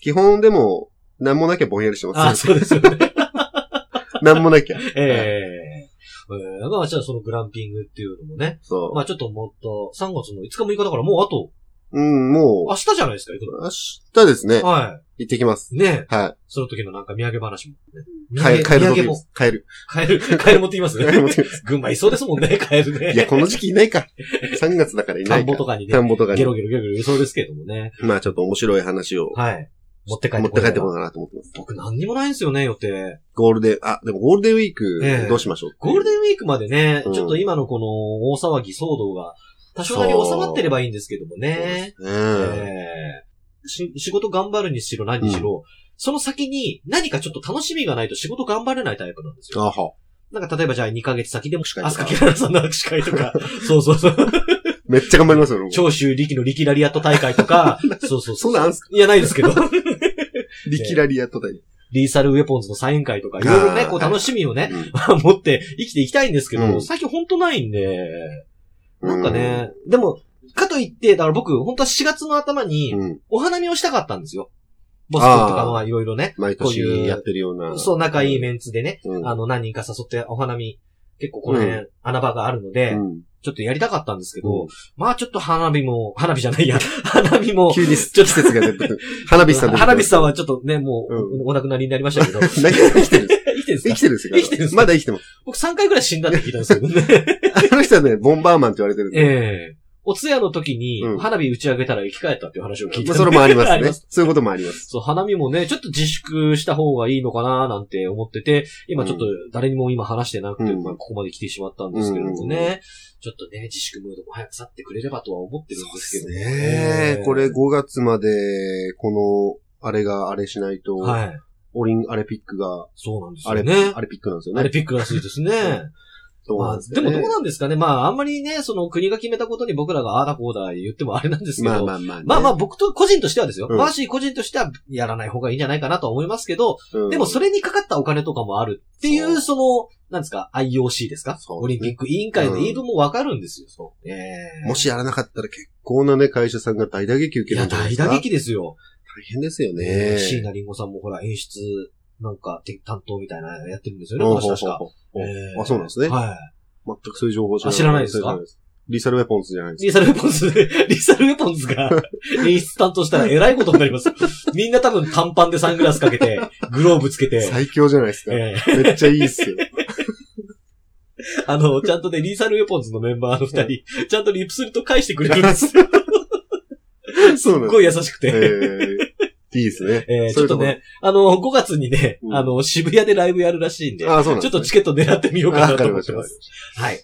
Speaker 2: 基本でも、なんもなきゃぼんやりして
Speaker 1: あ
Speaker 2: ま
Speaker 1: ー
Speaker 2: す。
Speaker 1: そうですよね。
Speaker 2: なんもなきゃ。
Speaker 1: えええーまあ、じゃあそのグランピングっていうのもね。
Speaker 2: そ
Speaker 1: まあちょっともっと、3月の5日6日だからもうあと、
Speaker 2: う。うん、も
Speaker 1: 明日じゃないですか、行
Speaker 2: う、
Speaker 1: く
Speaker 2: 明日ですね
Speaker 1: の。。は
Speaker 2: 行ってきます。
Speaker 1: い。ねえ
Speaker 2: は
Speaker 1: その時のなんか土産話も、
Speaker 2: い。帰
Speaker 1: ね。
Speaker 2: る、
Speaker 1: 土
Speaker 2: 帰
Speaker 1: 産土
Speaker 2: る時
Speaker 1: 産
Speaker 2: で
Speaker 1: も、
Speaker 2: す。帰る。
Speaker 1: カエル、カエル持ってきます
Speaker 2: 帰る時で す
Speaker 1: 群馬いそうですもんね、カエルね。
Speaker 2: いや、この時期いないか。3月だからいな
Speaker 1: 田ん
Speaker 2: い
Speaker 1: ぼ
Speaker 2: か
Speaker 1: と。かに
Speaker 2: 田
Speaker 1: ね、
Speaker 2: んぼとか
Speaker 1: ゲ
Speaker 2: に
Speaker 1: ロ。ゲロゲロゲロいそうですけどもね。
Speaker 2: まあちょっと面白い話を
Speaker 1: はい。持って帰っ
Speaker 2: 持
Speaker 1: て
Speaker 2: って帰ってこ
Speaker 1: い
Speaker 2: よ
Speaker 1: う
Speaker 2: かなと思ってます。
Speaker 1: 僕何にもないんですよね、予定。
Speaker 2: ゴールデン、あ、でもゴールデンウィー
Speaker 1: ええ
Speaker 2: クどうしましょうっていう
Speaker 1: ゴールデンウィークまでね、
Speaker 2: うん
Speaker 1: ちょっと今のこの大騒ぎ騒動が、多少なり収まってればいいんですけどもね。
Speaker 2: うん。
Speaker 1: えーし仕事頑張るにしろ何にしろ、その先に何かちょっと楽しみがないと仕事頑張れないタイプなんです
Speaker 2: あ
Speaker 1: よ。
Speaker 2: は。
Speaker 1: なんか例えばじゃあ2ヶ月先でも、
Speaker 2: 握手
Speaker 1: ア
Speaker 2: 会
Speaker 1: ス
Speaker 2: と
Speaker 1: カ
Speaker 2: か
Speaker 1: キララさんの握手会 とか、そうそうそう、
Speaker 2: めっちゃ頑張りますよ、僕
Speaker 1: 長州力の力ラリアット大会とか、そうそう
Speaker 2: そんなんあんす
Speaker 1: いや、ないですけど、
Speaker 2: リキラリアとだよ。
Speaker 1: リーサルウェポンズのサイン会とか、いろいろね、
Speaker 2: あー
Speaker 1: こう楽しみをね、
Speaker 2: うん
Speaker 1: 持って生きていきたいんですけど、
Speaker 2: うん
Speaker 1: 最近ほんとないんで、 なんかね、でも、かといって、だから僕、本当は4月の頭に
Speaker 2: う、ん。
Speaker 1: お花見をしたかったんですよ。ボス君とかまあいろいろね、
Speaker 2: 毎
Speaker 1: こういう
Speaker 2: 年やってるような。
Speaker 1: そう、仲いい
Speaker 2: ね。
Speaker 1: メンツでね、
Speaker 2: うん。
Speaker 1: あの、何人か誘ってお花見、結構この辺、穴場があるので、
Speaker 2: うん
Speaker 1: ちょっとやりたかったんですけど、
Speaker 2: うん
Speaker 1: まあちょっと花火も、花火じゃないや、花火も、
Speaker 2: 急に
Speaker 1: ち
Speaker 2: 季
Speaker 1: ょっと、
Speaker 2: 節が出 てくる。花火師さん出てくる
Speaker 1: 花火さんはちょっとね、もう、
Speaker 2: う
Speaker 1: お亡くなりになりましたけど、 生
Speaker 2: 何が生きてるんです
Speaker 1: きてるんです
Speaker 2: 生
Speaker 1: か
Speaker 2: きてるんですよ。
Speaker 1: 生きてるんですか
Speaker 2: まだ生きてます。
Speaker 1: 僕3回ぐらい死んだって聞いたんですけどね。
Speaker 2: あの人はね、ボンバーマンって言われてるん
Speaker 1: え
Speaker 2: で。
Speaker 1: えお通夜の時に
Speaker 2: うん、
Speaker 1: 花火打ち上げたら生き返ったっていう話を聞いたんで、
Speaker 2: まあそれもありま
Speaker 1: あ
Speaker 2: す
Speaker 1: りま
Speaker 2: ね
Speaker 1: す。
Speaker 2: そういうこともあります。
Speaker 1: そう、花見もね、ちょっと自粛した方がいいのかななんて思ってて、今ちょっと誰にも今話してなくて、
Speaker 2: うん
Speaker 1: まあここまで来てしまったんですけれども
Speaker 2: うんうん
Speaker 1: ね、ちょっとね、自粛ムードも早く去ってくれればとは思ってるんですけど
Speaker 2: ねえこれ5月まで、この、あれがあれしないと、
Speaker 1: はい。
Speaker 2: オリン、あれピックが、
Speaker 1: そうなんです
Speaker 2: あ
Speaker 1: よ
Speaker 2: れ、
Speaker 1: ね。
Speaker 2: あれピックなんですよ
Speaker 1: あれ
Speaker 2: ね。
Speaker 1: ピックらしいですね。
Speaker 2: どう
Speaker 1: ま
Speaker 2: なん
Speaker 1: あ、
Speaker 2: です
Speaker 1: で
Speaker 2: かね
Speaker 1: もどうなんですかね。まあ、あんまりね、その国が決めたことに僕らがああだこうだ言ってもあれなんですけど、
Speaker 2: まあまあまあね。
Speaker 1: まあまあ僕と、個人としてはですよ。
Speaker 2: うん
Speaker 1: マーシー個人としてはやらない方がいいんじゃないかなとは思いますけど、
Speaker 2: うん
Speaker 1: でもそれにかかったお金とかもあるっていう、
Speaker 2: そう
Speaker 1: その、なんですか、IOC ですか
Speaker 2: そう
Speaker 1: オリンピック委員会の言い分もわかるんですよ。ええ
Speaker 2: もしやらなかったら結構なね、会社さんが大打撃受
Speaker 1: い
Speaker 2: ける
Speaker 1: や、
Speaker 2: んじゃな
Speaker 1: 大
Speaker 2: いですか。
Speaker 1: 打撃ですよ。
Speaker 2: 大変ですよね。
Speaker 1: 椎名林檎さんもほら、演出、なんか、て担当みたいなのやってるんですよね、
Speaker 2: ほう
Speaker 1: 私
Speaker 2: ほう
Speaker 1: 確
Speaker 2: ほ
Speaker 1: か。
Speaker 2: うほう
Speaker 1: ええ
Speaker 2: あ、そうなんですね。
Speaker 1: はい。
Speaker 2: 全くそういう情報知らない。
Speaker 1: あ知らないですか
Speaker 2: 知らリーサルウェポンズじゃないです
Speaker 1: リーサルウェポンズ、リーサルウェポンズ が演出担当したらえらいことになります。みんな多分短パンでサングラスかけて、グローブつけ
Speaker 2: か。
Speaker 1: て、
Speaker 2: 最強じゃないですか。
Speaker 1: え
Speaker 2: めっちゃいいっすよ。
Speaker 1: え あの、ちゃんとね、リーサルウェポンズのメンバーの二人、ちゃんとリプスルト返してくれ るんですよ。
Speaker 2: そう
Speaker 1: す
Speaker 2: な
Speaker 1: っ
Speaker 2: ん
Speaker 1: ご
Speaker 2: で
Speaker 1: い優しく
Speaker 2: す。え
Speaker 1: て。
Speaker 2: えいいですね。
Speaker 1: ええち
Speaker 2: そう
Speaker 1: ょっ
Speaker 2: いうと
Speaker 1: と
Speaker 2: ころ
Speaker 1: ね、あの、5月にね
Speaker 2: う、ん
Speaker 1: あの、渋谷でライブやるらしいんで、
Speaker 2: あ、そうなん
Speaker 1: ちょっ
Speaker 2: です、
Speaker 1: と
Speaker 2: ね。
Speaker 1: チケット狙ってみようかな
Speaker 2: あわ
Speaker 1: と
Speaker 2: かり
Speaker 1: 思
Speaker 2: ま
Speaker 1: っ
Speaker 2: してた
Speaker 1: ます。はい。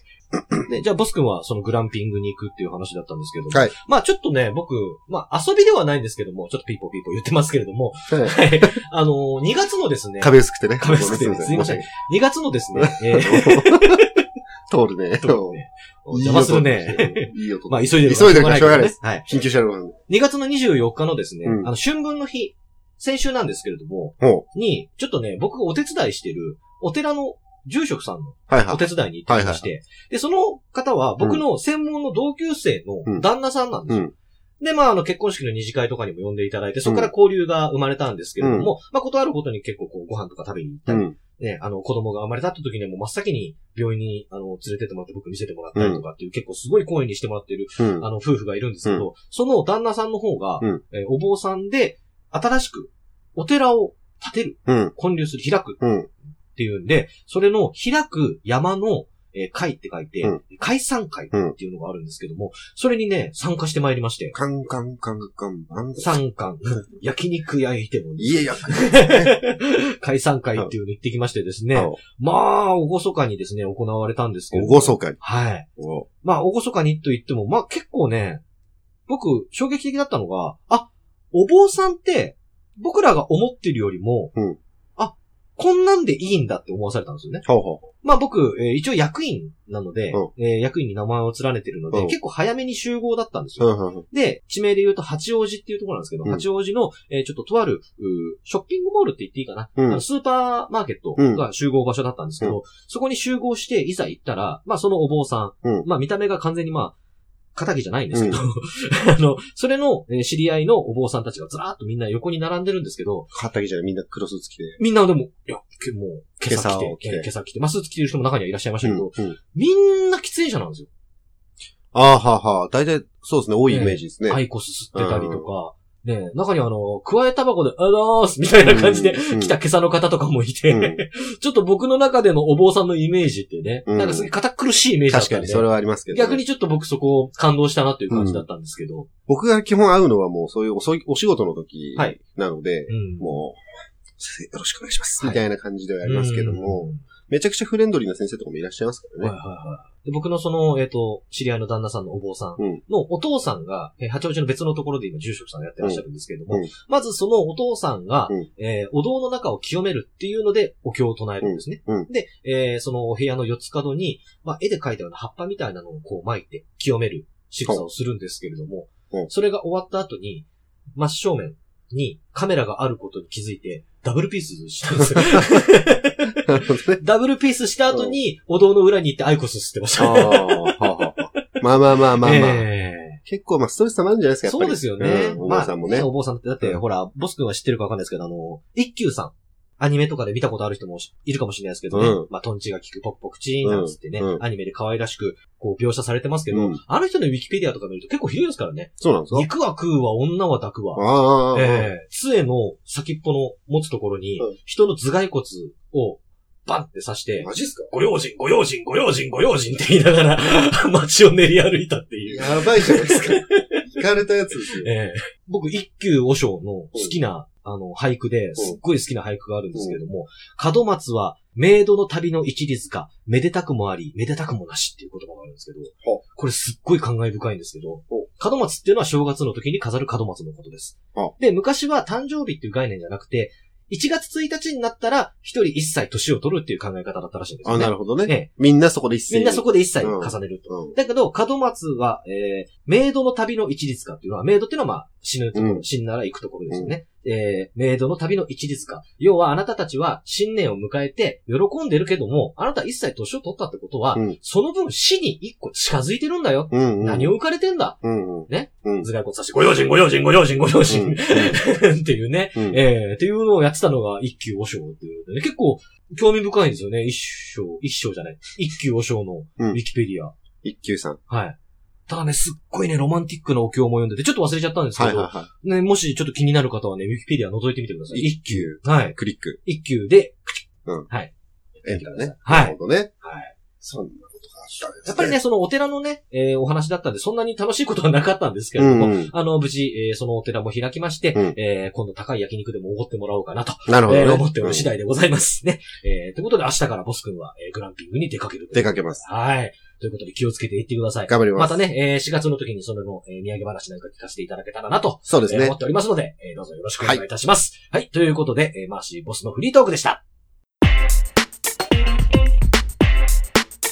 Speaker 1: ね、じゃあ、ボス君はそのグランピングに行くっていう話だったんですけども。
Speaker 2: はい
Speaker 1: まあ、ちょっとね、僕、まあ、遊びではないんですけども、ちょっとピーポーピーポー言ってますけれども、
Speaker 2: はい
Speaker 1: はい。あのー、2月のですね、2
Speaker 2: 壁薄くてね。
Speaker 1: 壁薄くてね
Speaker 2: すいません。
Speaker 1: す月のですね、 えー
Speaker 2: 通るね。
Speaker 1: 邪魔するね。。
Speaker 2: いい音。
Speaker 1: まあ、急いでる
Speaker 2: 急いでるから
Speaker 1: しょうがな
Speaker 2: しょうがないい
Speaker 1: で。
Speaker 2: です
Speaker 1: はい。
Speaker 2: 緊急車両なんで。
Speaker 1: 2月の24日のですね、
Speaker 2: うん
Speaker 1: あの、春分の日、先週なんですけれども、
Speaker 2: ほ
Speaker 1: に、ちょっとね、僕がお手伝いしてる、お寺の住職さんの
Speaker 2: はいは
Speaker 1: お
Speaker 2: い。
Speaker 1: 手伝いに行ってきまして、で、その方は僕の専門の同級生の旦那さんなんですよ。
Speaker 2: うん
Speaker 1: で、まあ、あの、結婚式の二次会とかにも呼んでいただいて、そこから交流が生まれたんですけれども、まあ、ことあることに結構こう、ご飯とか食べに行った
Speaker 2: う
Speaker 1: り、
Speaker 2: ん。
Speaker 1: ね、あの、子供が生まれたって時にはもう真っ先に病院に、あの、連れてってもらって僕見せてもらったりとかっていう、結構すごい声にしてもらってる、
Speaker 2: うん。
Speaker 1: あの、夫婦がいるんですけど、その旦那さんの方が、
Speaker 2: うん
Speaker 1: えーお坊さんで、新しく、お寺を建てる、
Speaker 2: うん。
Speaker 1: 建立する、開く
Speaker 2: うん。
Speaker 1: っていうんで、それの開く山の、えー会って書いて、
Speaker 2: うん
Speaker 1: 解散会っていうのがあるんですけども、それにね、参加してまいりまして、
Speaker 2: カンカンカンカン、なんだ
Speaker 1: 参 観、焼肉焼いてもいい。
Speaker 2: 家やく。
Speaker 1: 解散会っていうの行ってきましてですね、
Speaker 2: お
Speaker 1: まあ、おごそかにですね、行われたんですけど。
Speaker 2: ごそかに。
Speaker 1: はい。
Speaker 2: お
Speaker 1: まあ、おごそかにと言っても、まあ結構ね、僕、衝撃的だったのが、あ、お坊さんって、僕らが思ってるよりも、
Speaker 2: うん
Speaker 1: あ、こんなんでいいんだって思わされたんですよね。
Speaker 2: ほうほ
Speaker 1: まあ僕、えー一応役員なので、
Speaker 2: う
Speaker 1: えー役員に名前を連ねてるので、
Speaker 2: うん
Speaker 1: 結構早めに集合だったんです
Speaker 2: う。
Speaker 1: よ。
Speaker 2: うんうんうん。
Speaker 1: で、地名で言うと八王子っていうところなんですけど、
Speaker 2: うん
Speaker 1: 八王子の、えーちょっととある、うーショッピングモールって言っていいかな、
Speaker 2: うん
Speaker 1: あのスーパーマーケットが集合場所だったんですけど、そこに集合して、いざ行ったら、まあそのお坊さん、
Speaker 2: うん
Speaker 1: まあ見た目が完全にまあ、仇じゃないんですけど、 あの、それの、えー知り合いのお坊さんたちがずらーっとみんな横に並んでるんですけど、
Speaker 2: 畑じゃない、みんな黒スーツ着て。
Speaker 1: みんなでも、いや、けもう、今朝
Speaker 2: 今朝
Speaker 1: 来
Speaker 2: を
Speaker 1: て、
Speaker 2: 着
Speaker 1: え
Speaker 2: て
Speaker 1: ー今朝来て、まあスーツ着てる人も中にはいらっしゃいましたけど、
Speaker 2: うん。
Speaker 1: みんな喫煙者なんですよ。
Speaker 2: ああはあはあ。大体、そうですね。多いイメージですね。
Speaker 1: アイコス吸ってたりとか、ね、中にはあの、加えタバコで、あのーすみたいな 感じで、
Speaker 2: うん
Speaker 1: 来た今朝の方とかもいて、
Speaker 2: うん
Speaker 1: ちょっと僕の中でのお坊さんのイメージってね、
Speaker 2: うん
Speaker 1: なんかすごい堅苦しいイメージだっ
Speaker 2: 確
Speaker 1: た
Speaker 2: か
Speaker 1: ん
Speaker 2: に、
Speaker 1: で、
Speaker 2: それはありますけどね。
Speaker 1: 逆にちょっと僕そこ感動したなという感じだったんですけど、
Speaker 2: 僕が基本会うのはもうそういう遅いお仕事の時
Speaker 1: はい
Speaker 2: なので、
Speaker 1: うん。
Speaker 2: もう、先生よろしくお願いします。
Speaker 1: はい
Speaker 2: みたいな感じではありますけども、
Speaker 1: うん
Speaker 2: めちゃくちゃフレンドリーな先生とかもいらっしゃいますから
Speaker 1: はいは
Speaker 2: ね。
Speaker 1: いはい。で僕のその、えっ、と、知り合いの旦那さんのお坊さん
Speaker 2: うん
Speaker 1: のお父さんが、えー八王子の別のところで今住職さんやってらっしゃるんですけれども、
Speaker 2: うんうん
Speaker 1: まずそのお父さんが、
Speaker 2: うん
Speaker 1: えーお堂の中を清めるっていうのでお経を唱えるんですね。
Speaker 2: うんう
Speaker 1: で、えーそのお部屋の四つ角に、まあ、絵で描いたような葉っぱみたいなのをこう巻いて清める仕草をするんですけれども、
Speaker 2: うん
Speaker 1: それが終わった後に、真正面にカメラがあることに気づいて、ダブルピースしたんですよ。
Speaker 2: なるほどね。
Speaker 1: ダブルピースした後に、お堂の裏に行ってアイコス吸ってまし
Speaker 2: あ
Speaker 1: た。
Speaker 2: あはあはあまあまあまあまあまあ。
Speaker 1: え
Speaker 2: 結構まあストレス溜まるんじゃないです
Speaker 1: え
Speaker 2: か、やっぱ
Speaker 1: そう
Speaker 2: り。
Speaker 1: ですよね。
Speaker 2: うんおばさんもね。
Speaker 1: まあお坊さんって、だって、
Speaker 2: うん
Speaker 1: ほら、ボス君は知ってるかわかんないですけど、あの、一休さん。アニメとかで見たことある人もいるかもしれないですけどね。
Speaker 2: うん
Speaker 1: まあ、トンチが効くポッポクチーンなんつってね、
Speaker 2: うんうん
Speaker 1: アニメで可愛らしく、こう、描写されてますけど、
Speaker 2: うん
Speaker 1: あの人のウィキペディアとか見ると結構ひどいですからね。
Speaker 2: そうなんですか
Speaker 1: 肉は食うわ、女は抱く
Speaker 2: あ
Speaker 1: わ。
Speaker 2: あああ、
Speaker 1: ええ杖の先っぽの持つところに
Speaker 2: うん、
Speaker 1: 人の頭蓋骨を、バンって刺して、
Speaker 2: マジっすか
Speaker 1: ご用心、ご用心、ご用心、ご用心って言いながら、 街を練り歩いたっていう。
Speaker 2: やばいじゃないですか。行かれたやつですよ。
Speaker 1: ええ僕、一休和尚の好きな、あの、俳句で、すっごい好きな俳句があるんですけれども、門松は、メイドの旅の一律か、めでたくもあり、めでたくもなしっていう言葉があるんですけど
Speaker 2: ほ、
Speaker 1: これすっごい感慨深いんですけど
Speaker 2: ほ、
Speaker 1: 門松っていうのは正月の時に飾る門松のことです
Speaker 2: ほ。
Speaker 1: で、昔は誕生日っていう概念じゃなくて、1月1日になったら、一人一歳年を取るっていう考え方だったらしいんです
Speaker 2: あ
Speaker 1: よね。
Speaker 2: なるほど
Speaker 1: ええ
Speaker 2: ね。みんなそこで一斉
Speaker 1: みんなそ
Speaker 2: こ。
Speaker 1: こで一歳重ねると。
Speaker 2: うん
Speaker 1: だけど、門松は、えー、メイドの旅の一律かっていうのは、メイドっていうのはまあ死ぬところ、
Speaker 2: うん
Speaker 1: 死んだら行くところですよね。えー、メイドの旅の一律か。要はあなたたちは新年を迎えて喜んでるけども、あなた一切年を取ったってことは、
Speaker 2: うん
Speaker 1: その分死に一個近づいてるんだよ。
Speaker 2: うんうん。
Speaker 1: 何を浮かれてんだ
Speaker 2: うんうん。
Speaker 1: ね
Speaker 2: うん。
Speaker 1: 頭蓋骨さして、ご用心、ご用心、ご用心、ご用心。
Speaker 2: う ん
Speaker 1: っていうね。
Speaker 2: うん
Speaker 1: えー、っていうのをやってたのが一級和尚っていうので、ね、結構興味深いんですよね。一章、一章じゃない。一級和尚のウィキペディア。
Speaker 2: 一級さん。
Speaker 1: はい。ただね、すっごいね、ロマンティックなお経も読んでて、ちょっと忘れちゃったんですけど、
Speaker 2: はいはいは
Speaker 1: ね、もしちょっと気になる方はね、ウィキペディア覗いてみてください。
Speaker 2: い。一級。
Speaker 1: はい。
Speaker 2: クリック。
Speaker 1: 一級で、
Speaker 2: うん
Speaker 1: はい。
Speaker 2: エンタね。
Speaker 1: はい
Speaker 2: なるほどね。
Speaker 1: はい。
Speaker 2: そんなことがあったんです
Speaker 1: やっぱりね、そのお寺のね、えーお話だったんで、そんなに楽しいことはなかったんですけれ
Speaker 2: う
Speaker 1: ども、
Speaker 2: んうん。
Speaker 1: あの、無事、えーそのお寺も開きまして、
Speaker 2: うん
Speaker 1: えー今度高い焼肉でもおごってもらおうかなと、
Speaker 2: なるほど
Speaker 1: え
Speaker 2: ね。
Speaker 1: ー思っておる次
Speaker 2: うん
Speaker 1: 第でございますね。えーということで、明日からボス君は、えーグランピングに出かけるとい
Speaker 2: 出
Speaker 1: う。
Speaker 2: かけます。
Speaker 1: はい。ということで、気をつけていってください。
Speaker 2: 頑張ります。
Speaker 1: またね、えー4月の時にそれの、えー、土産話なんか聞かせていただけたらなと
Speaker 2: そうです
Speaker 1: えー
Speaker 2: ね
Speaker 1: 思。っておりますので、えーどうぞよろしくお願いいたします。はい、ということで、えーマーシーボスのフリートークでした。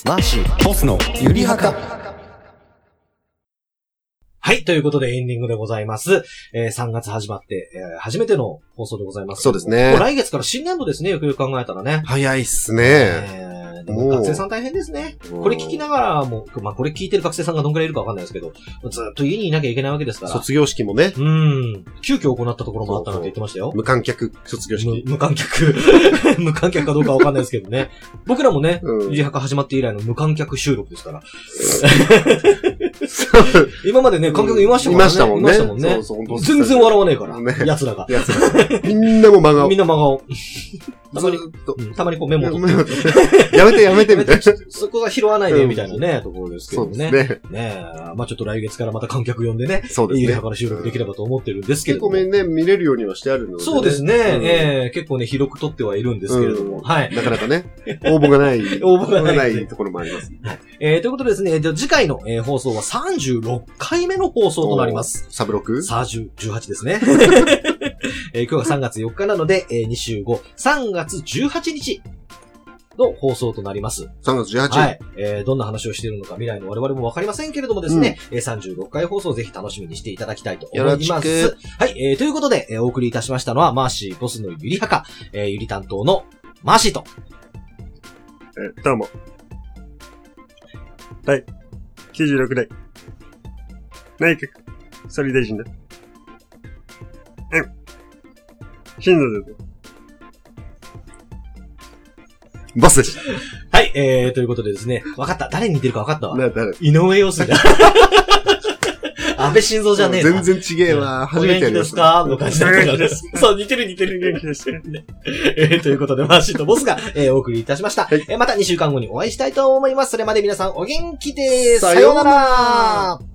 Speaker 4: マーシーボスのゆりはか
Speaker 1: はい、ということでエンディングでございます。えー3月始まって、えー初めての放送でございますけども。
Speaker 2: そうですね
Speaker 1: もう来月から新年度ですね、よくよく考えたらね。
Speaker 2: 早いっすね。
Speaker 1: えもう学生さん大変ですね。
Speaker 2: うん
Speaker 1: これ聞きながらも、まあこれ聞いてる学生さんがどんくらいいるかわかんないですけど、ずっと家にいなきゃいけないわけですから。
Speaker 2: 卒業式もね、
Speaker 1: うん。急遽行ったところもあったなんて言ってましたよ。
Speaker 2: 無観客卒業
Speaker 1: 無
Speaker 2: 式。
Speaker 1: 無観客。 無観客かどうかわかんないですけどね。僕らもね、
Speaker 2: うん
Speaker 1: リ リハカ始まって以来の無観客収録ですから。
Speaker 2: そう
Speaker 1: 今までね、観客いました
Speaker 2: い
Speaker 1: からね。
Speaker 2: ましたもんね。
Speaker 1: いましたもんね
Speaker 2: そうそう本当
Speaker 1: 全然笑わねえから、
Speaker 2: ね
Speaker 1: 奴らが。
Speaker 2: やつらみんなもう真顔。
Speaker 1: みんな真顔。た
Speaker 2: ず
Speaker 1: まに、
Speaker 2: ーっと。
Speaker 1: うんたまにこうメモを取って
Speaker 2: やめ てやめてみたいな。
Speaker 1: そこは拾わないで、みたいなね、ところですけ
Speaker 2: そ
Speaker 1: ど
Speaker 2: う
Speaker 1: ね。
Speaker 2: です
Speaker 1: ね
Speaker 2: ね。
Speaker 1: え、まあちょっと来月からまた観客呼んでね、
Speaker 2: そうです
Speaker 1: ゆりは
Speaker 2: ね。
Speaker 1: から収録できればと思ってるんですけれ
Speaker 2: 結
Speaker 1: ど
Speaker 2: 構
Speaker 1: も。
Speaker 2: 面ね、見れるようにはしてあるので。
Speaker 1: そうです
Speaker 2: ね。
Speaker 1: ね、
Speaker 2: ん
Speaker 1: ええ結構ね、広く撮ってはいるんですけれども。
Speaker 2: うん
Speaker 1: はい。
Speaker 2: なかなかね、応募がない。
Speaker 1: 応募がない
Speaker 2: ところもあります。
Speaker 1: えーということでですね、えーじゃあ次回の、えー放送は36回目の放送となります。
Speaker 2: サブロック
Speaker 1: さあ、10 18ですね。 えー今日が3月4日なので、えー、2週後、3月18日の放送となります。
Speaker 2: ?3 月18日。
Speaker 1: はい。えーどんな話をしているのか未来の我々もわかりませんけれどもですね、えー36回放送をぜひ楽しみにしていただきたいと思います。
Speaker 2: よろし
Speaker 1: はい、えーということで、えーお送りいたしましたのは、マーシーボスのゆりはか、えーゆり担当のマーシーと、
Speaker 5: え、どうも。第96代内閣総理大臣だ。うん。新藤だぞ。
Speaker 2: ボスでした。
Speaker 1: はい、えーということでですね、わかった。誰に似てるかわかったわ。
Speaker 2: な誰
Speaker 1: 井上陽水 だ。安倍晋三じゃねえな。
Speaker 2: 全然ちげえわ。初めてや
Speaker 1: お元気
Speaker 2: りま
Speaker 1: で
Speaker 2: し
Speaker 1: す
Speaker 2: た。
Speaker 1: かの感じだったから です。そう、似てる似てる。
Speaker 5: 元気ですか
Speaker 1: えーということで、マーシーとボスが、えーお送りいたしました。
Speaker 2: はい
Speaker 1: えーまた2週間後にお会いしたいと思います。それまで皆さんお元気です。
Speaker 2: さようなら
Speaker 1: さようなら